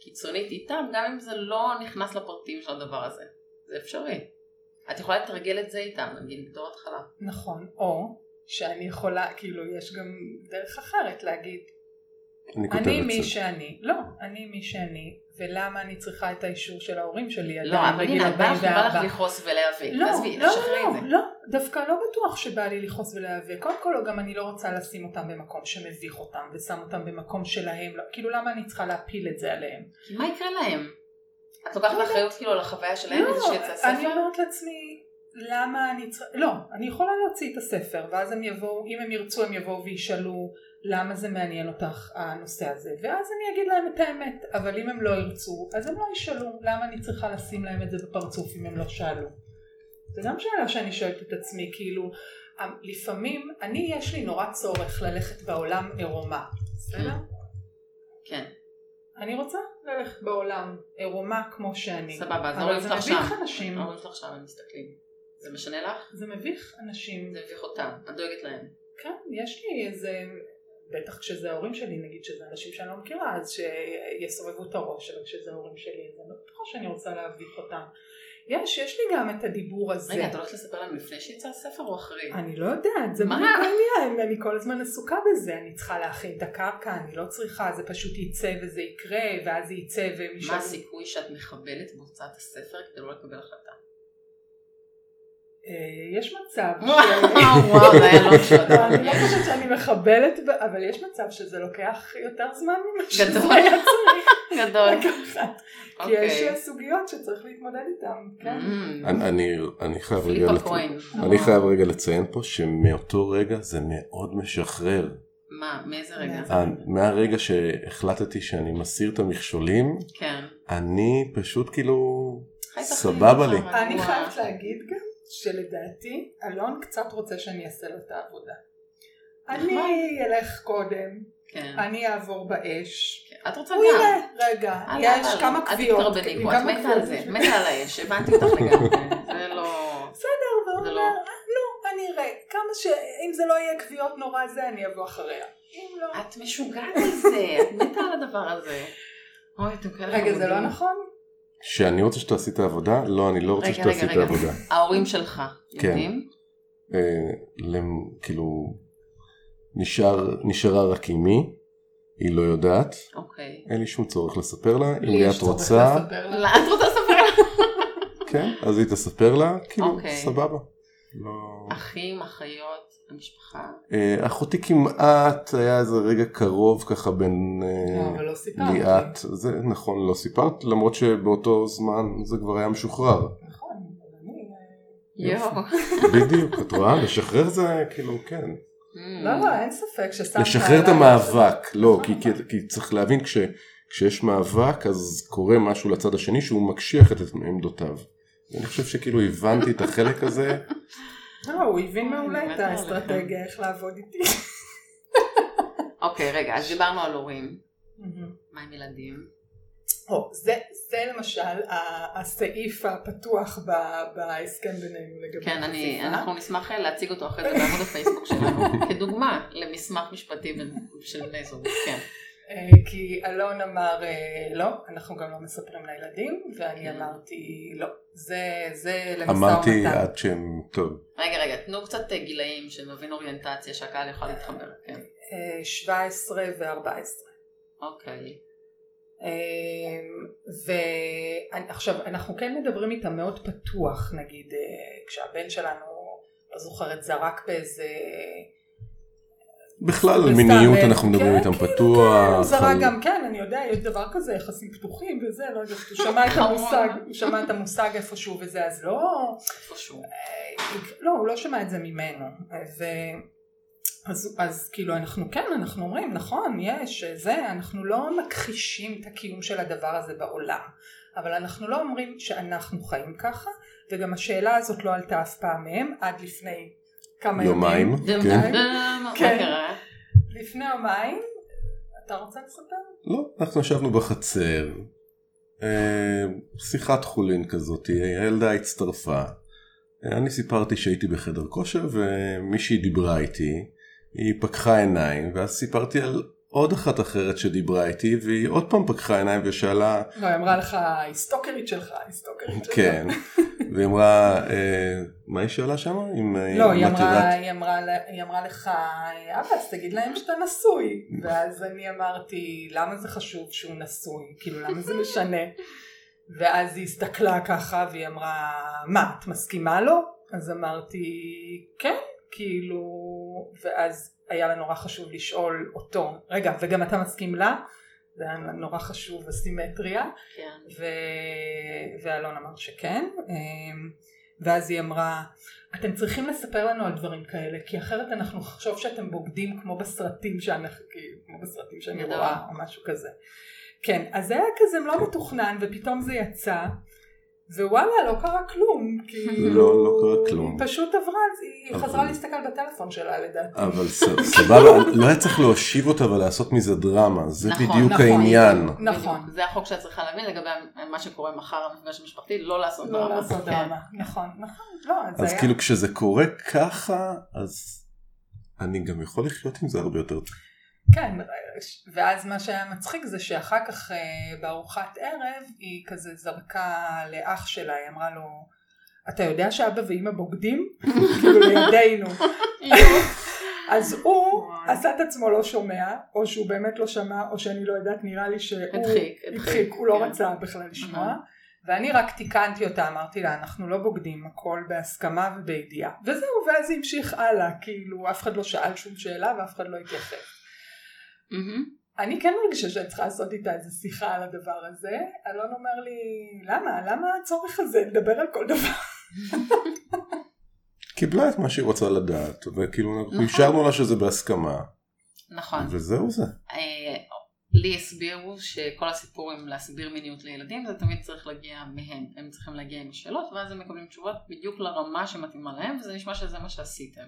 Speaker 1: קיצונית איתם, גם אם זה לא נכנס לפרטים של הדבר הזה. זה אפשרי. את יכולה לתרגל את זה איתם, נגיד, בתור התחלה.
Speaker 3: נכון, או שאני יכולה, כאילו, יש גם דרך אחרת להגיד,
Speaker 2: אני כותב
Speaker 3: אני מי
Speaker 2: את זה.
Speaker 3: שאני, לא, אני מי שאני, ולמה אני צריכה את האישור של ההורים שלי
Speaker 1: לא,
Speaker 3: עדיין
Speaker 1: אבל
Speaker 3: בגיל
Speaker 1: הנה, את באה לך- בא
Speaker 3: 44.
Speaker 1: לך לכעוס ולהיאבק.
Speaker 3: לא,
Speaker 1: תעזבי,
Speaker 3: לא,
Speaker 1: תשחררי את
Speaker 3: לא,
Speaker 1: זה.
Speaker 3: לא, דווקא לא בטוח שבא לי לכעוס ולהיאבק. קודם כל, גם אני לא רוצה לשים אותם במקום שמביך אותם, ושם אותם במקום שלהם, לא- כאילו למה אני צריכה להפיל את זה עליהם?
Speaker 1: כי מה יקרה להם? את לוקחת אחריות כאילו על החוויה שלהם
Speaker 3: לא,
Speaker 1: מזה שיצא
Speaker 3: אני
Speaker 1: ספר?
Speaker 3: אומרת לעצמי, למה אני צריכה, לא, אני יכולה להוציא את הספר, ואז הם יבואו, אם הם ירצו הם יבואו וישאלו למה זה מעניין אותך הנושא הזה, ואז אני אגיד להם את האמת, אבל אם הם לא ירצו, אז הם לא ישאלו למה אני צריכה לשים להם את זה בפרצוף אם הם לא שאלו. זו גם שאלה שאני שואלת את עצמי, כאילו, לפעמים, אני יש לי נורא צורך ללכת בעולם עירומה, בסדר?
Speaker 1: Mm. כן,
Speaker 3: אני רוצה ללכת בעולם עירומה כמו שאני.
Speaker 1: סבבה, אז לא
Speaker 3: אבל
Speaker 1: ההורים
Speaker 3: זה
Speaker 1: שלך שם.
Speaker 3: מביך אנשים.
Speaker 1: ההורים שלך עכשיו הם מסתכלים. זה משנה לך?
Speaker 3: זה מביך אנשים.
Speaker 1: זה מביך אותם, את דואגת להם.
Speaker 3: כן, יש לי איזה, בטח כשזה ההורים שלי, נגיד שזה אנשים שאני לא מכירה, אז שיסובבו את הראש, אבל כשזה ההורים שלי, אז אני לא בטוחה שאני רוצה להביך אותם. יש, יש לי גם את הדיבור הזה.
Speaker 1: רגע, את הולכת לספר להם לפני שיצא הספר או אחרי?
Speaker 3: אני לא יודעת, זה
Speaker 1: מה?
Speaker 3: בדיוק העניין, אני כל הזמן עסוקה בזה, אני צריכה להכין את הקרקע, אני לא צריכה, זה פשוט יצא וזה יקרה, ואז זה יצא והם
Speaker 1: מה
Speaker 3: ישאלו-
Speaker 1: הסיכוי שאת מחבלת בהוצאת הספר כדי לא לקבל החלטה?
Speaker 3: אה, יש מצב ש...
Speaker 1: וואו, וואו, זה היה לא
Speaker 3: לא, אני
Speaker 1: משנה.
Speaker 3: לא חושבת שאני מחבלת, ב- אבל יש מצב שזה לוקח יותר זמן ממה שזה
Speaker 1: גדול.
Speaker 3: היה צריך
Speaker 1: גדול.
Speaker 3: לקחת. כי
Speaker 1: נכון. אוקיי.
Speaker 3: יש סוגיות שצריך להתמודד איתן, כן?
Speaker 1: Mm,
Speaker 2: אני- אני- אני חייב רגע
Speaker 1: פיליפה
Speaker 2: לצ-
Speaker 1: כהן.
Speaker 2: אני חייב רגע לציין פה שמאותו רגע זה מאוד משחרר.
Speaker 1: מה, מאיזה רגע?
Speaker 3: מה?
Speaker 2: ה- מהרגע שהחלטתי שאני מסיר את המכשולים,
Speaker 1: כן.
Speaker 2: אני פשוט כאילו...
Speaker 1: חי את החיים
Speaker 2: סבבה לי.
Speaker 1: שלך, רגוע.
Speaker 3: אני חייבת להגיד גם שלדעתי אלון קצת רוצה שאני אעשה לו את העבודה. אני
Speaker 1: נכון.
Speaker 3: אלך קודם,
Speaker 1: כן.
Speaker 3: אני אעבור באש.
Speaker 1: כן. את רוצה
Speaker 3: הוא
Speaker 1: גם.
Speaker 3: יראה, רגע,
Speaker 1: אל-
Speaker 3: יש
Speaker 1: אל-
Speaker 3: כמה
Speaker 1: אל
Speaker 3: קביעות.
Speaker 1: תתרבני פה, את
Speaker 3: כמה
Speaker 1: מתה על זה,
Speaker 3: קביעות.
Speaker 1: מתה על האש, הבנתי אותך לגמרי. זה לא...
Speaker 3: בסדר, והוא
Speaker 1: זה
Speaker 3: אומר,
Speaker 1: לא-
Speaker 3: "אה, לא, אני אראה. כמה ש... אם זה לא יהיה קביעות נורא זה, אני אבוא אחריה. אם לא...
Speaker 1: את משוגעת על זה, את מתה על הדבר הזה. אוי, אתם כאלה
Speaker 3: רגע, זה לא
Speaker 1: חמודים.
Speaker 3: נכון?
Speaker 2: שאני רוצה שתעשי את העבודה? לא, אני לא רוצה
Speaker 1: רגע,
Speaker 2: שתעשי
Speaker 1: רגע,
Speaker 2: את
Speaker 1: רגע.
Speaker 2: העבודה.
Speaker 1: ההורים שלך, יודעים?
Speaker 2: אה, למ- כאילו... נשאר, נשארה רק אימי, היא לא יודעת,
Speaker 1: אוקיי.
Speaker 2: אין לי שום צורך לספר לה, אם
Speaker 3: לי יש
Speaker 2: ליאת
Speaker 3: צורך
Speaker 2: רוצה,
Speaker 3: לספר לה.
Speaker 1: לא, את רוצה לספר לה?
Speaker 2: כן, אז היא תספר לה, כאילו,
Speaker 1: אוקיי.
Speaker 2: סבבה. לא...
Speaker 1: אחים, אחיות, המשפחה.
Speaker 2: אה, אחותי כמעט, היה איזה רגע קרוב ככה בין אה,
Speaker 3: לא, אבל לא סיפרתי.
Speaker 2: ליאת, זה נכון, לא סיפרת, למרות שבאותו זמן זה כבר היה משוחרר.
Speaker 3: נכון, אבל אני... אה,
Speaker 1: יואו.
Speaker 2: בדיוק, את רואה? לשחרר זה כאילו, כן.
Speaker 1: Mm.
Speaker 3: לא, לא, אין ספק ששמת...
Speaker 2: לשחרר את
Speaker 3: עליי-
Speaker 2: המאבק, לא, כי- כי- כי צריך להבין כש... כשיש מאבק אז קורה משהו לצד השני שהוא מקשיח את עמדותיו. אני חושב שכאילו הבנתי את החלק הזה
Speaker 3: לא, הוא הבין מעולה
Speaker 1: אני
Speaker 3: את
Speaker 1: מתה
Speaker 3: האסטרטגיה, איך לעבוד איתי.
Speaker 1: אוקיי, רגע, אז דיברנו על הורים. מה עם ילדים?
Speaker 3: או, זה, זה למשל ה- הסעיף הפתוח ב- בהסכם בינינו לגבי
Speaker 1: כן, אני,
Speaker 3: החשיפה.
Speaker 1: אנחנו נשמח אה, להציג אותו אחרי זה בעמוד הפייסבוק שלנו, כדוגמה למסמך משפטי בין- של בני זוג, כן.
Speaker 3: אה, כי אלון אמר אה, לא, אנחנו גם לא מספרים לילדים, ואני
Speaker 1: כן.
Speaker 3: אמרתי לא, זה, זה למשא
Speaker 2: אמרתי אה,
Speaker 3: ומתן.
Speaker 2: עד שהם טוב
Speaker 1: רגע, רגע, תנו קצת אה, גילאים שנבין אוריינטציה שהקהל יוכל להתחבר, כן.
Speaker 3: אה, 17 ו-14.
Speaker 1: אוקיי.
Speaker 3: ועכשיו אמ, אנחנו כן מדברים איתם מאוד פתוח נגיד אה, כשהבן שלנו לא זוכרת זרק באיזה
Speaker 2: בכלל על
Speaker 3: בסתם,
Speaker 2: מיניות
Speaker 3: אה,
Speaker 2: אנחנו מדברים
Speaker 3: כן,
Speaker 2: איתם
Speaker 3: כאילו,
Speaker 2: פתוח.
Speaker 3: הוא זרק
Speaker 2: על-
Speaker 3: גם כן אני יודע יש דבר כזה יחסים פתוחים וזה לא יודעת הוא שמע את המושג הוא שמע את המושג איפשהו וזה אז לא
Speaker 1: איפשהו.
Speaker 2: אוקיי.
Speaker 3: אה, לא הוא לא שמע את זה ממנו ו... אז, אז כאילו אנחנו כן אנחנו אומרים נכון יש זה אנחנו לא מכחישים את הקיום של הדבר הזה בעולם אבל אנחנו לא אומרים שאנחנו חיים ככה וגם השאלה הזאת לא עלתה אף פעם מהם עד לפני כמה
Speaker 2: יומיים,
Speaker 3: ימים
Speaker 1: דם,
Speaker 2: כן.
Speaker 1: דם, דם, מה
Speaker 3: כן.
Speaker 1: קרה?
Speaker 3: לפני יומיים אתה רוצה לספר?
Speaker 2: לא, אנחנו ישבנו בחצר, אה, שיחת חולין כזאת, הילדה הצטרפה. אה, אני סיפרתי שהייתי בחדר כושר ומישהי דיברה איתי, היא פקחה עיניים, ואז סיפרתי על עוד אחת אחרת שדיברה איתי, והיא עוד פעם פקחה עיניים ושאלה,
Speaker 3: לא, היא אמרה לך, היא סטוקרית שלך, היא סטוקרית שלך.
Speaker 2: כן, והיא אמרה, אה, מה היא שאלה שם? אם, אה,
Speaker 3: לא,
Speaker 2: אם
Speaker 3: היא
Speaker 2: את יודעת-
Speaker 3: אמרה, היא, אמרה, ל- היא אמרה לך, אבא, אז תגיד להם שאתה נשוי. ואז אני אמרתי, למה זה חשוב שהוא נשוי? כאילו, למה זה משנה? ואז היא הסתכלה ככה, והיא אמרה, מה, את מסכימה לו? אז אמרתי, כן, כאילו... ואז היה לה נורא חשוב לשאול אותו, רגע, וגם אתה מסכים לה? זה היה נורא חשוב, הסימטריה.
Speaker 1: כן.
Speaker 3: ו... ואלון אמר שכן, אה, ואז היא אמרה, אתם צריכים לספר לנו על דברים כאלה, כי אחרת אנחנו נחשוב שאתם בוגדים כמו בסרטים שאני, כאילו, כמו בסרטים שאני
Speaker 1: נהדר.
Speaker 3: רואה, או משהו כזה. כן, אז זה היה כזה לא מתוכנן, ופתאום זה יצא, ווואלה, לא קרה כלום, כאילו,
Speaker 2: לא, לא קרה כלום.
Speaker 3: היא פשוט עברה, היא
Speaker 2: אבל-
Speaker 3: חזרה להסתכל בטלפון שלה לדעתי.
Speaker 2: אבל ס- סבבה, לא היה צריך להושיב אותה ולעשות מזה דרמה, זה
Speaker 1: נכון,
Speaker 2: בדיוק
Speaker 3: נכון.
Speaker 2: העניין.
Speaker 3: נכון.
Speaker 1: בדיוק. זה החוק שאת צריכה להבין לגבי מה שקורה מחר המפגש המשפחתי, לא לעשות
Speaker 3: לא
Speaker 1: דרמה.
Speaker 3: לעשות
Speaker 1: כן.
Speaker 3: דרמה, נכון, נכון, לא, זה
Speaker 2: אז
Speaker 3: היה...
Speaker 2: כאילו כשזה קורה ככה, אז אני גם יכול לחיות עם זה הרבה יותר טוב.
Speaker 3: כן, ואז מה שהיה מצחיק זה שאחר כך אה, בארוחת ערב היא כזה זרקה לאח שלה, היא אמרה לו, אתה יודע שאבא ואימא בוגדים? כאילו לידינו. אז הוא
Speaker 1: וואי.
Speaker 3: עשה את עצמו לא שומע, או שהוא באמת לא שמע, או שאני לא יודעת, נראה לי שהוא
Speaker 1: הדחיק, הדחיק,
Speaker 3: הדחיק, הוא לא
Speaker 1: כן.
Speaker 3: רצה בכלל לשמוע.
Speaker 1: אהה.
Speaker 3: ואני רק תיקנתי אותה, אמרתי לה, אנחנו לא בוגדים, הכל בהסכמה ובידיעה. וזהו, ואז זה המשיך הלאה, כאילו, אף אחד לא שאל שום שאלה ואף אחד לא התייחס.
Speaker 1: מהמם.
Speaker 3: אני כן מרגישה שאני צריכה לעשות איתה איזה שיחה על הדבר הזה. אלון אומר לי, למה? למה הצורך הזה לדבר על כל דבר?
Speaker 2: קיבלה את מה שהיא רוצה לדעת, וכאילו אנחנו
Speaker 1: נכון.
Speaker 2: השארנו לה שזה בהסכמה,
Speaker 1: נכון.
Speaker 2: וזהו זה.
Speaker 1: אה, לי הסבירו שכל הסיפור עם להסביר מיניות לילדים זה תמיד צריך להגיע מהם. הם צריכים להגיע עם השאלות ואז הם מקבלים תשובות בדיוק לרמה שמתאימה להם וזה נשמע שזה מה שעשיתם.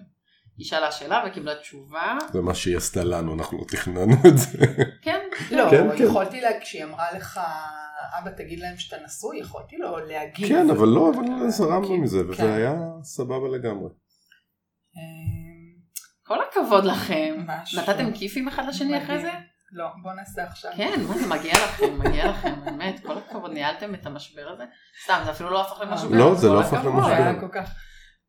Speaker 1: היא שאלה שאלה וקיבלה תשובה.
Speaker 2: זה מה שהיא עשתה לנו, אנחנו לא תכננו את זה.
Speaker 1: כן,
Speaker 3: לא,
Speaker 2: כן, כן.
Speaker 3: יכולתי לה, כשהיא אמרה לך, אבא תגיד להם שאתה נשוי, יכולתי לו להגיד.
Speaker 2: כן, אבל לא, אבל זרמנו
Speaker 3: כן,
Speaker 2: מזה, וזה
Speaker 3: כן.
Speaker 2: היה סבבה לגמרי.
Speaker 3: אה,
Speaker 1: כל הכבוד לכם.
Speaker 3: משהו.
Speaker 1: נתתם כיפים אחד לשני אחרי זה?
Speaker 3: לא. מדהים. לא, בוא נעשה עכשיו.
Speaker 1: כן, מה זה מגיע לכם, מגיע לכם, באמת, כל הכבוד, ניהלתם את המשבר הזה? סתם, זה אפילו לא הפך למשבר.
Speaker 2: לא, זה
Speaker 1: כל
Speaker 2: לא
Speaker 1: הכבוד.
Speaker 2: הפך
Speaker 3: זה היה
Speaker 2: למשבר.
Speaker 3: כל כך,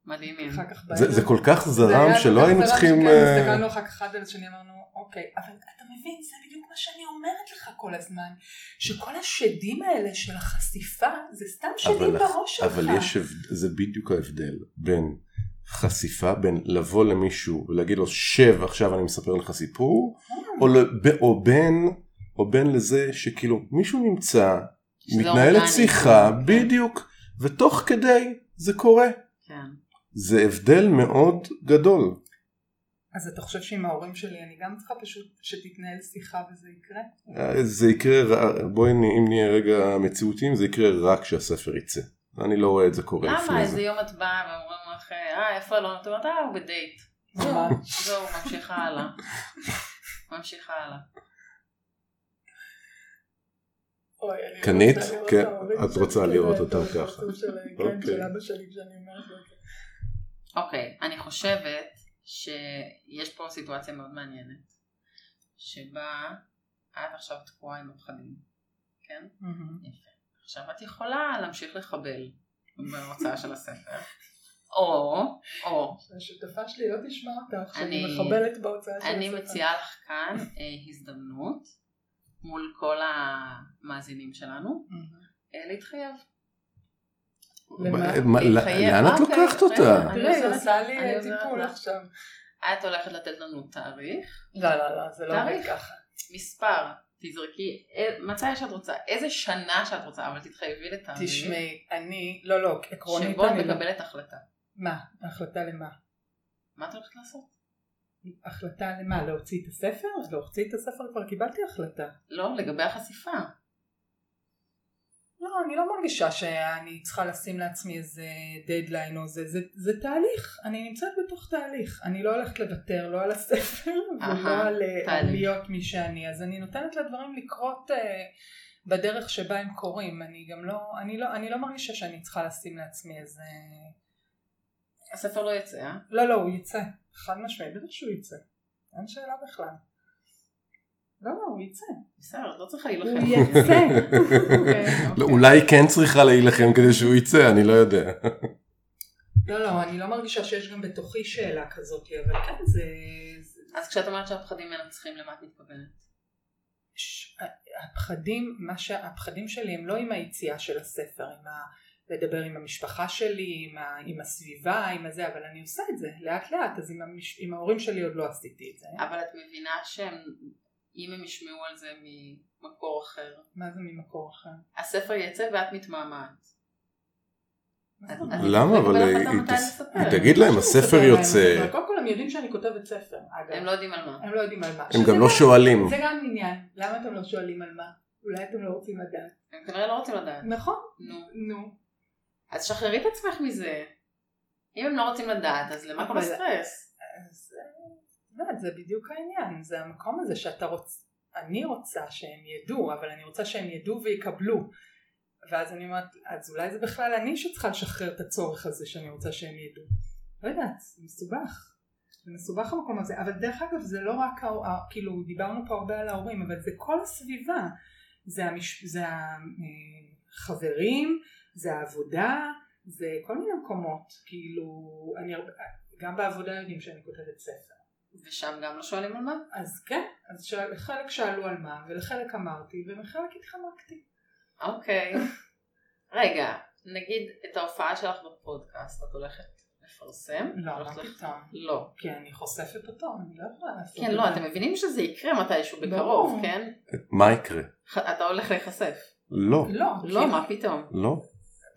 Speaker 1: מדהימים.
Speaker 3: אחר כך
Speaker 2: זה-
Speaker 3: בערב.
Speaker 2: זה כל כך
Speaker 3: זה
Speaker 2: זרם
Speaker 3: היה כל
Speaker 2: שלא
Speaker 3: כך
Speaker 2: היינו
Speaker 3: זרם
Speaker 2: צריכים...
Speaker 3: שכן,
Speaker 2: אה,
Speaker 3: הסתכלנו אחר כך אחד על השני אמרנו אוקיי אבל אתה מבין זה בדיוק מה שאני אומרת לך כל הזמן שכל השדים האלה של החשיפה זה סתם שדים
Speaker 2: אבל,
Speaker 3: בראש שלך.
Speaker 2: אבל יש, הבד- זה בדיוק ההבדל בין חשיפה, בין לבוא למישהו ולהגיד לו שב עכשיו אני מספר לך סיפור,
Speaker 3: Hmm.
Speaker 2: או, לב, או בין, או בין לזה שכאילו מישהו נמצא,
Speaker 1: שזה לא
Speaker 2: מתנהלת
Speaker 1: אורגני.
Speaker 2: שיחה, בדיוק, ותוך כדי זה קורה.
Speaker 1: כן.
Speaker 2: זה הבדל מאוד גדול.
Speaker 3: אז אתה חושב שעם ההורים שלי אני גם צריכה פשוט שתתנהל שיחה וזה יקרה?
Speaker 2: אה, זה יקרה, ר- בואי נ- אם נהיה רגע מציאותיים, זה יקרה רק כשהספר יצא. אני לא רואה את זה קורה
Speaker 1: למה
Speaker 2: לפני
Speaker 1: איזה
Speaker 2: זה.
Speaker 1: יום את באה ואומרים לך, אה, איפה אלון? את אומרת, אה, הוא בדייט.
Speaker 3: ממש.
Speaker 1: זהו, ממשיכה הלאה. ממשיכה הלאה.
Speaker 3: אוי, אני
Speaker 2: קנית?
Speaker 3: רוצה לראות
Speaker 2: כן,
Speaker 3: ההורים
Speaker 2: את רוצה
Speaker 3: שלי כזה,
Speaker 2: לראות
Speaker 3: את
Speaker 2: אותם
Speaker 3: הפרצוף
Speaker 2: ככה.
Speaker 3: שלהם, כן,
Speaker 2: אוקיי.
Speaker 3: של אבא שלי כשאני אומרת לו את זה.
Speaker 1: אוקיי, אני חושבת שיש פה סיטואציה מאוד מעניינת, שבה את עכשיו תקועה עם הפחדים, כן?
Speaker 3: Mm-hmm.
Speaker 1: יפה. עכשיו את יכולה להמשיך לחבל בהוצאה של הספר. או, או,
Speaker 3: השותפה שלי לא תשמע אותך, שאני
Speaker 1: אני-
Speaker 3: מחבלת בהוצאה של
Speaker 1: אני
Speaker 3: הספר.
Speaker 1: מציעה לך כאן אה, הזדמנות מול כל המאזינים שלנו
Speaker 3: מהמם.
Speaker 1: אה, להתחייב.
Speaker 3: למה?
Speaker 2: מה- לא-
Speaker 1: להתחייב.
Speaker 2: לאן את
Speaker 1: אוקיי,
Speaker 2: לוקחת
Speaker 1: רגע,
Speaker 2: אותה?
Speaker 1: אני
Speaker 3: תראי, היא
Speaker 1: עוזרת
Speaker 3: עושה
Speaker 1: לך,
Speaker 3: לי
Speaker 1: אני
Speaker 3: אה,
Speaker 1: עוזרת
Speaker 3: טיפול
Speaker 1: לך.
Speaker 3: עכשיו.
Speaker 1: את הולכת לתת לנו תאריך,
Speaker 3: לא, לא, לא, זה לא עובד
Speaker 1: תאריך.
Speaker 3: ככה.
Speaker 1: מספר, תזרקי אה, מתי שאת רוצה, איזה שנה שאת רוצה, אבל תתחייבי לתאריך.
Speaker 3: תשמעי, אני, לא, לא, עקרונית
Speaker 1: שבו את
Speaker 3: אני לא.
Speaker 1: מקבלת החלטה.
Speaker 3: מה? החלטה למה?
Speaker 1: מה את הולכת לעשות?
Speaker 3: החלטה למה? להוציא את הספר? להוציא את הספר כבר קיבלתי החלטה.
Speaker 1: לא, לגבי החשיפה.
Speaker 3: לא, אני לא מרגישה שאני צריכה לשים לעצמי איזה דדליין או זה, זה, זה תהליך, אני נמצאת בתוך תהליך, אני לא הולכת לוותר לא על הספר ולא
Speaker 1: אהה,
Speaker 3: על אה,
Speaker 1: תהליך.
Speaker 3: להיות מי שאני, אז אני נותנת לדברים לקרות אה, בדרך שבה הם קורים, אני גם לא, אני לא, אני לא מרגישה שאני צריכה לשים לעצמי איזה,
Speaker 1: הספר לא יצא, אה?
Speaker 3: לא לא הוא יצא, חד משמעית, בטח שהוא יצא, אין שאלה בכלל, לא לא הוא יצא,
Speaker 1: בסדר, את לא צריכה להילחם.
Speaker 3: הוא יצא,
Speaker 1: אוקיי,
Speaker 2: לא,
Speaker 1: אוקיי.
Speaker 2: אולי כן צריכה להילחם כדי שהוא יצא, אני לא יודע.
Speaker 3: לא לא אני לא מרגישה שיש גם בתוכי שאלה כזאת, אבל כן זה, זה
Speaker 1: אז כשאת אומרת שהפחדים מנצחים, למה את מתכוונת?
Speaker 3: ש- הפחדים, מה שהפחדים שלי הם לא עם היציאה של הספר, עם ה... לדבר עם המשפחה שלי, עם, ה... עם הסביבה, עם הזה, אבל אני עושה את זה לאט לאט, אז עם, המש... עם ההורים שלי עוד לא עשיתי את זה.
Speaker 1: אבל את מבינה שהם, אם הם ישמעו על זה ממקור אחר,
Speaker 3: מה זה ממקור אחר?
Speaker 1: הספר יצא ואת מתמהמהת.
Speaker 2: למה? אבל אה, היא-
Speaker 3: אה,
Speaker 2: היא תגיד להם, הספר יוצא,
Speaker 3: קודם כל הם יודעים שאני כותבת ספר, אגב.
Speaker 1: הם לא יודעים על מה.
Speaker 3: הם לא יודעים על מה.
Speaker 2: הם
Speaker 3: שזה
Speaker 2: גם לא שואלים.
Speaker 3: זה גם עניין, למה אתם לא שואלים על מה? אולי אתם לא רוצים לדעת.
Speaker 1: הם כנראה לא רוצים לדעת.
Speaker 3: נכון,
Speaker 1: נו.
Speaker 3: נו.
Speaker 1: אז שחררי את עצמך מזה. אם הם לא רוצים לדעת, אז למה כל
Speaker 3: אבל-
Speaker 1: הסטרס?
Speaker 3: אז אה, לא, זה בדיוק העניין, זה המקום הזה שאתה רוצה, אני רוצה שהם ידעו, אבל אני רוצה שהם ידעו ויקבלו. ואז אני אומרת, אז אולי זה בכלל אני שצריכה לשחרר את הצורך הזה שאני רוצה שהם ידעו. לא יודעת, זה מסובך. זה מסובך המקום הזה, אבל דרך אגב זה לא רק, ההור- ה- כאילו דיברנו פה הרבה על ההורים, אבל זה כל הסביבה. זה, המש... זה החברים, זה העבודה, זה כל מיני מקומות, כאילו, אני הרבה... גם בעבודה יודעים שאני כותבת ספר.
Speaker 1: ושם גם לא שואלים על מה?
Speaker 3: אז כן, אז שאל, חלק שאלו על מה, ולחלק אמרתי, ומחלק התחמקתי.
Speaker 1: אוקיי. רגע, נגיד את ההופעה שלך בפודקאסט, את הולכת לפרסם?
Speaker 3: לא, מה
Speaker 1: הולכת לח-
Speaker 3: פתאום?
Speaker 1: לא.
Speaker 3: כי אני חושפת אותו, אני לא יכולה לעשות
Speaker 1: כן,
Speaker 3: את
Speaker 1: לא,
Speaker 3: זה.
Speaker 1: אתם מבינים שזה יקרה מתישהו בקרוב,
Speaker 3: ברור.
Speaker 1: כן?
Speaker 2: מה יקרה?
Speaker 1: ח- אתה הולך להיחשף.
Speaker 2: לא,
Speaker 3: לא,
Speaker 1: לא, מה פתאום.
Speaker 2: לא.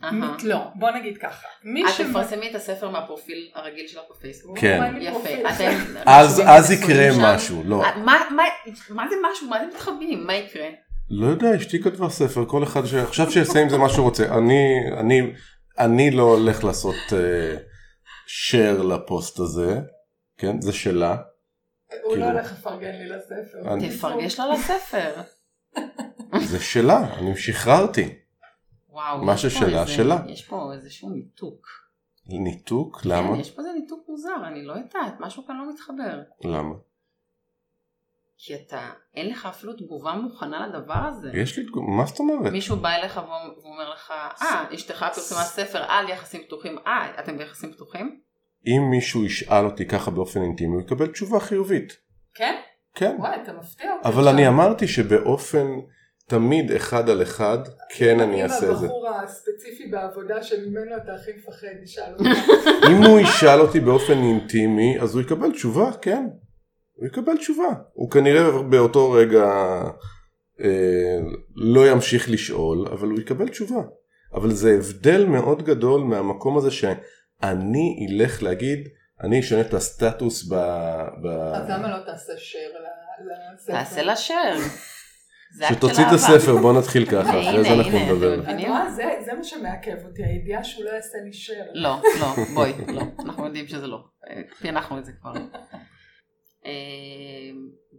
Speaker 1: אהה. אה,
Speaker 3: לא, בוא נגיד ככה. מי לא
Speaker 1: את תפרסמי את הספר מהפרופיל הרגיל שלך בפייסבוק.
Speaker 2: כן.
Speaker 1: יפה. אתם...
Speaker 2: אז
Speaker 1: אתם
Speaker 2: אז
Speaker 1: מסוים
Speaker 2: יקרה
Speaker 1: שם.
Speaker 2: משהו, לא.
Speaker 1: אה, מה- מה- מה זה משהו? מה זה מתחבאים? מה יקרה?
Speaker 2: לא יודע, אשתי כתבה ספר, כל אחד שעכשיו שיעשה עם זה מה שהוא רוצה. אני, אני, אני לא הולך לעשות שייר לפוסט הזה, כן? זה שלה.
Speaker 3: הוא
Speaker 2: כאילו-
Speaker 3: לא הולך לפרגן לי לספר.
Speaker 2: אני-
Speaker 1: תפרגש לה לספר.
Speaker 2: זה שלה, אני שחררתי.
Speaker 1: וואו.
Speaker 2: מה
Speaker 1: יש פה
Speaker 2: ששלה,
Speaker 1: איזה-
Speaker 2: שלה.
Speaker 1: יש פה איזשהו ניתוק.
Speaker 2: ניתוק?
Speaker 1: למה?
Speaker 2: למה?
Speaker 1: כן, יש פה איזה ניתוק מוזר, אני לא יודעת, משהו כאן לא מתחבר.
Speaker 2: למה?
Speaker 1: כי אתה, אין לך אפילו תגובה מוכנה לדבר הזה.
Speaker 2: יש לי, תגוב- מה זאת אומרת?
Speaker 1: מישהו בא אליך ואומ- ואומר לך, אה, אשתך פרסמה ספר על יחסים פתוחים, אה, אתם ביחסים פתוחים?
Speaker 2: אם מישהו ישאל אותי ככה באופן אינטימי, הוא יקבל תשובה חיובית.
Speaker 3: כן?
Speaker 2: כן.
Speaker 3: וואי, אתה מפתיע אותי.
Speaker 2: אבל אני אמרתי שבאופן תמיד אחד על אחד, כן אני אעשה את זה.
Speaker 3: הבחור הספציפי בעבודה שממנו אתה הכי מפחד, נשאל אותך.
Speaker 2: אם הוא ישאל אותי באופן אינטימי, אז הוא יקבל תשובה, כן. הוא יקבל תשובה. הוא כנראה באותו רגע אה, לא ימשיך לשאול, אבל הוא יקבל תשובה. אבל זה הבדל מאוד גדול מהמקום הזה שאני אלך להגיד, אני אשנה את הסטטוס ב... ב...
Speaker 3: אז למה לא תעשה שייר ל- לספר?
Speaker 1: תעשה לה שייר. זה אקט של
Speaker 2: שתוציא את
Speaker 1: אהבה.
Speaker 2: הספר, בוא נתחיל ככה, אחרי
Speaker 1: הנה,
Speaker 2: זה אנחנו
Speaker 1: הנה,
Speaker 2: נדבר.
Speaker 1: אתם
Speaker 3: את
Speaker 1: מבינים?
Speaker 3: רואה, זה- זה מה שמעכב אותי, הידיעה שהוא לא יעשה לי שייר.
Speaker 1: לא, לא, בואי, לא, אנחנו יודעים שזה לא. אה, פענחנו את זה כבר. אה,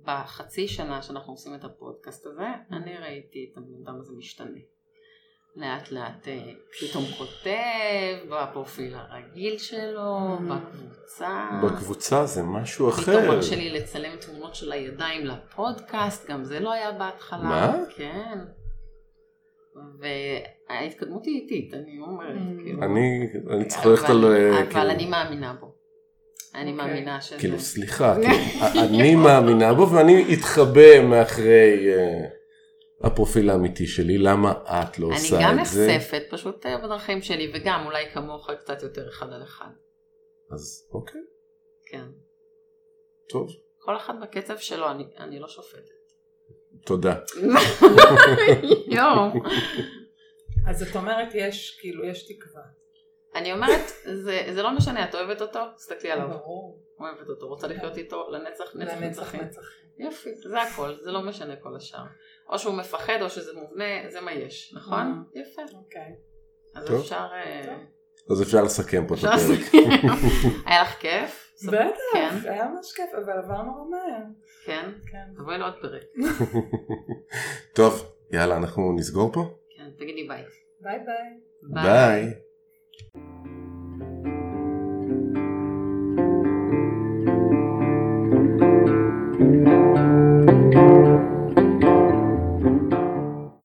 Speaker 1: בחצי שנה שאנחנו עושים את הפודקאסט הזה, אני ראיתי את הבן אדם הזה משתנה. לאט לאט אה, פתאום כותב, בפרופיל הרגיל שלו, בקבוצה.
Speaker 2: בקבוצה זה משהו
Speaker 1: פתאום
Speaker 2: אחר.
Speaker 1: מרשה לי לצלם תמונות של הידיים לפודקאסט, גם זה לא היה בהתחלה.
Speaker 2: מה?
Speaker 1: כן. וההתקדמות היא איטית, אני אומרת.
Speaker 3: Mm.
Speaker 1: כאילו.
Speaker 2: אני אני צריך ללכת על... אה,
Speaker 1: אבל
Speaker 2: כאילו-
Speaker 1: אני מאמינה בו. אני
Speaker 3: אוקיי.
Speaker 1: מאמינה שזה...
Speaker 2: כאילו סליחה, כאילו, אני מאמינה בו ואני אתחבא מאחורי אה, הפרופיל האמיתי שלי, למה את לא
Speaker 1: אני
Speaker 2: עושה
Speaker 1: גם
Speaker 2: את זה?
Speaker 1: נחשפת פשוט אה, בדרכים שלי, וגם אולי כמוך קצת יותר אחד על אחד.
Speaker 2: אז אוקיי,
Speaker 1: כן.
Speaker 2: טוב,
Speaker 1: כל אחד בקצב שלו, אני, אני לא שופטת.
Speaker 2: תודה.
Speaker 1: יום.
Speaker 3: אז את אומרת, יש, כאילו, יש תקווה.
Speaker 1: אני אומרת, זה, זה לא משנה, את אוהבת אותו? תסתכלי עליו.
Speaker 3: ברור.
Speaker 1: אוהבת אותו, רוצה לחיות איתו לנצח נצח
Speaker 3: לנצח
Speaker 1: נצחים.
Speaker 3: נצחים.
Speaker 1: יופי, זה הכל, זה לא משנה כל השאר. או שהוא מפחד או שזה מובנה, זה מה יש, נכון? יפה.
Speaker 3: אוקיי.
Speaker 1: אז
Speaker 2: טוב.
Speaker 1: אפשר... אה,
Speaker 3: טוב.
Speaker 2: אז אפשר לסכם פה את
Speaker 1: אפשר
Speaker 2: הפרק.
Speaker 1: לסיים. לא היה לך כיף? כן.
Speaker 3: בטח, היה ממש כיף, אבל עבר נורא מהר.
Speaker 1: כן.
Speaker 3: כן.
Speaker 1: תבואי לעוד פרק.
Speaker 2: טוב, יאללה, אנחנו נסגור פה?
Speaker 1: כן, תגידי ביי.
Speaker 3: ביי ביי.
Speaker 2: ביי.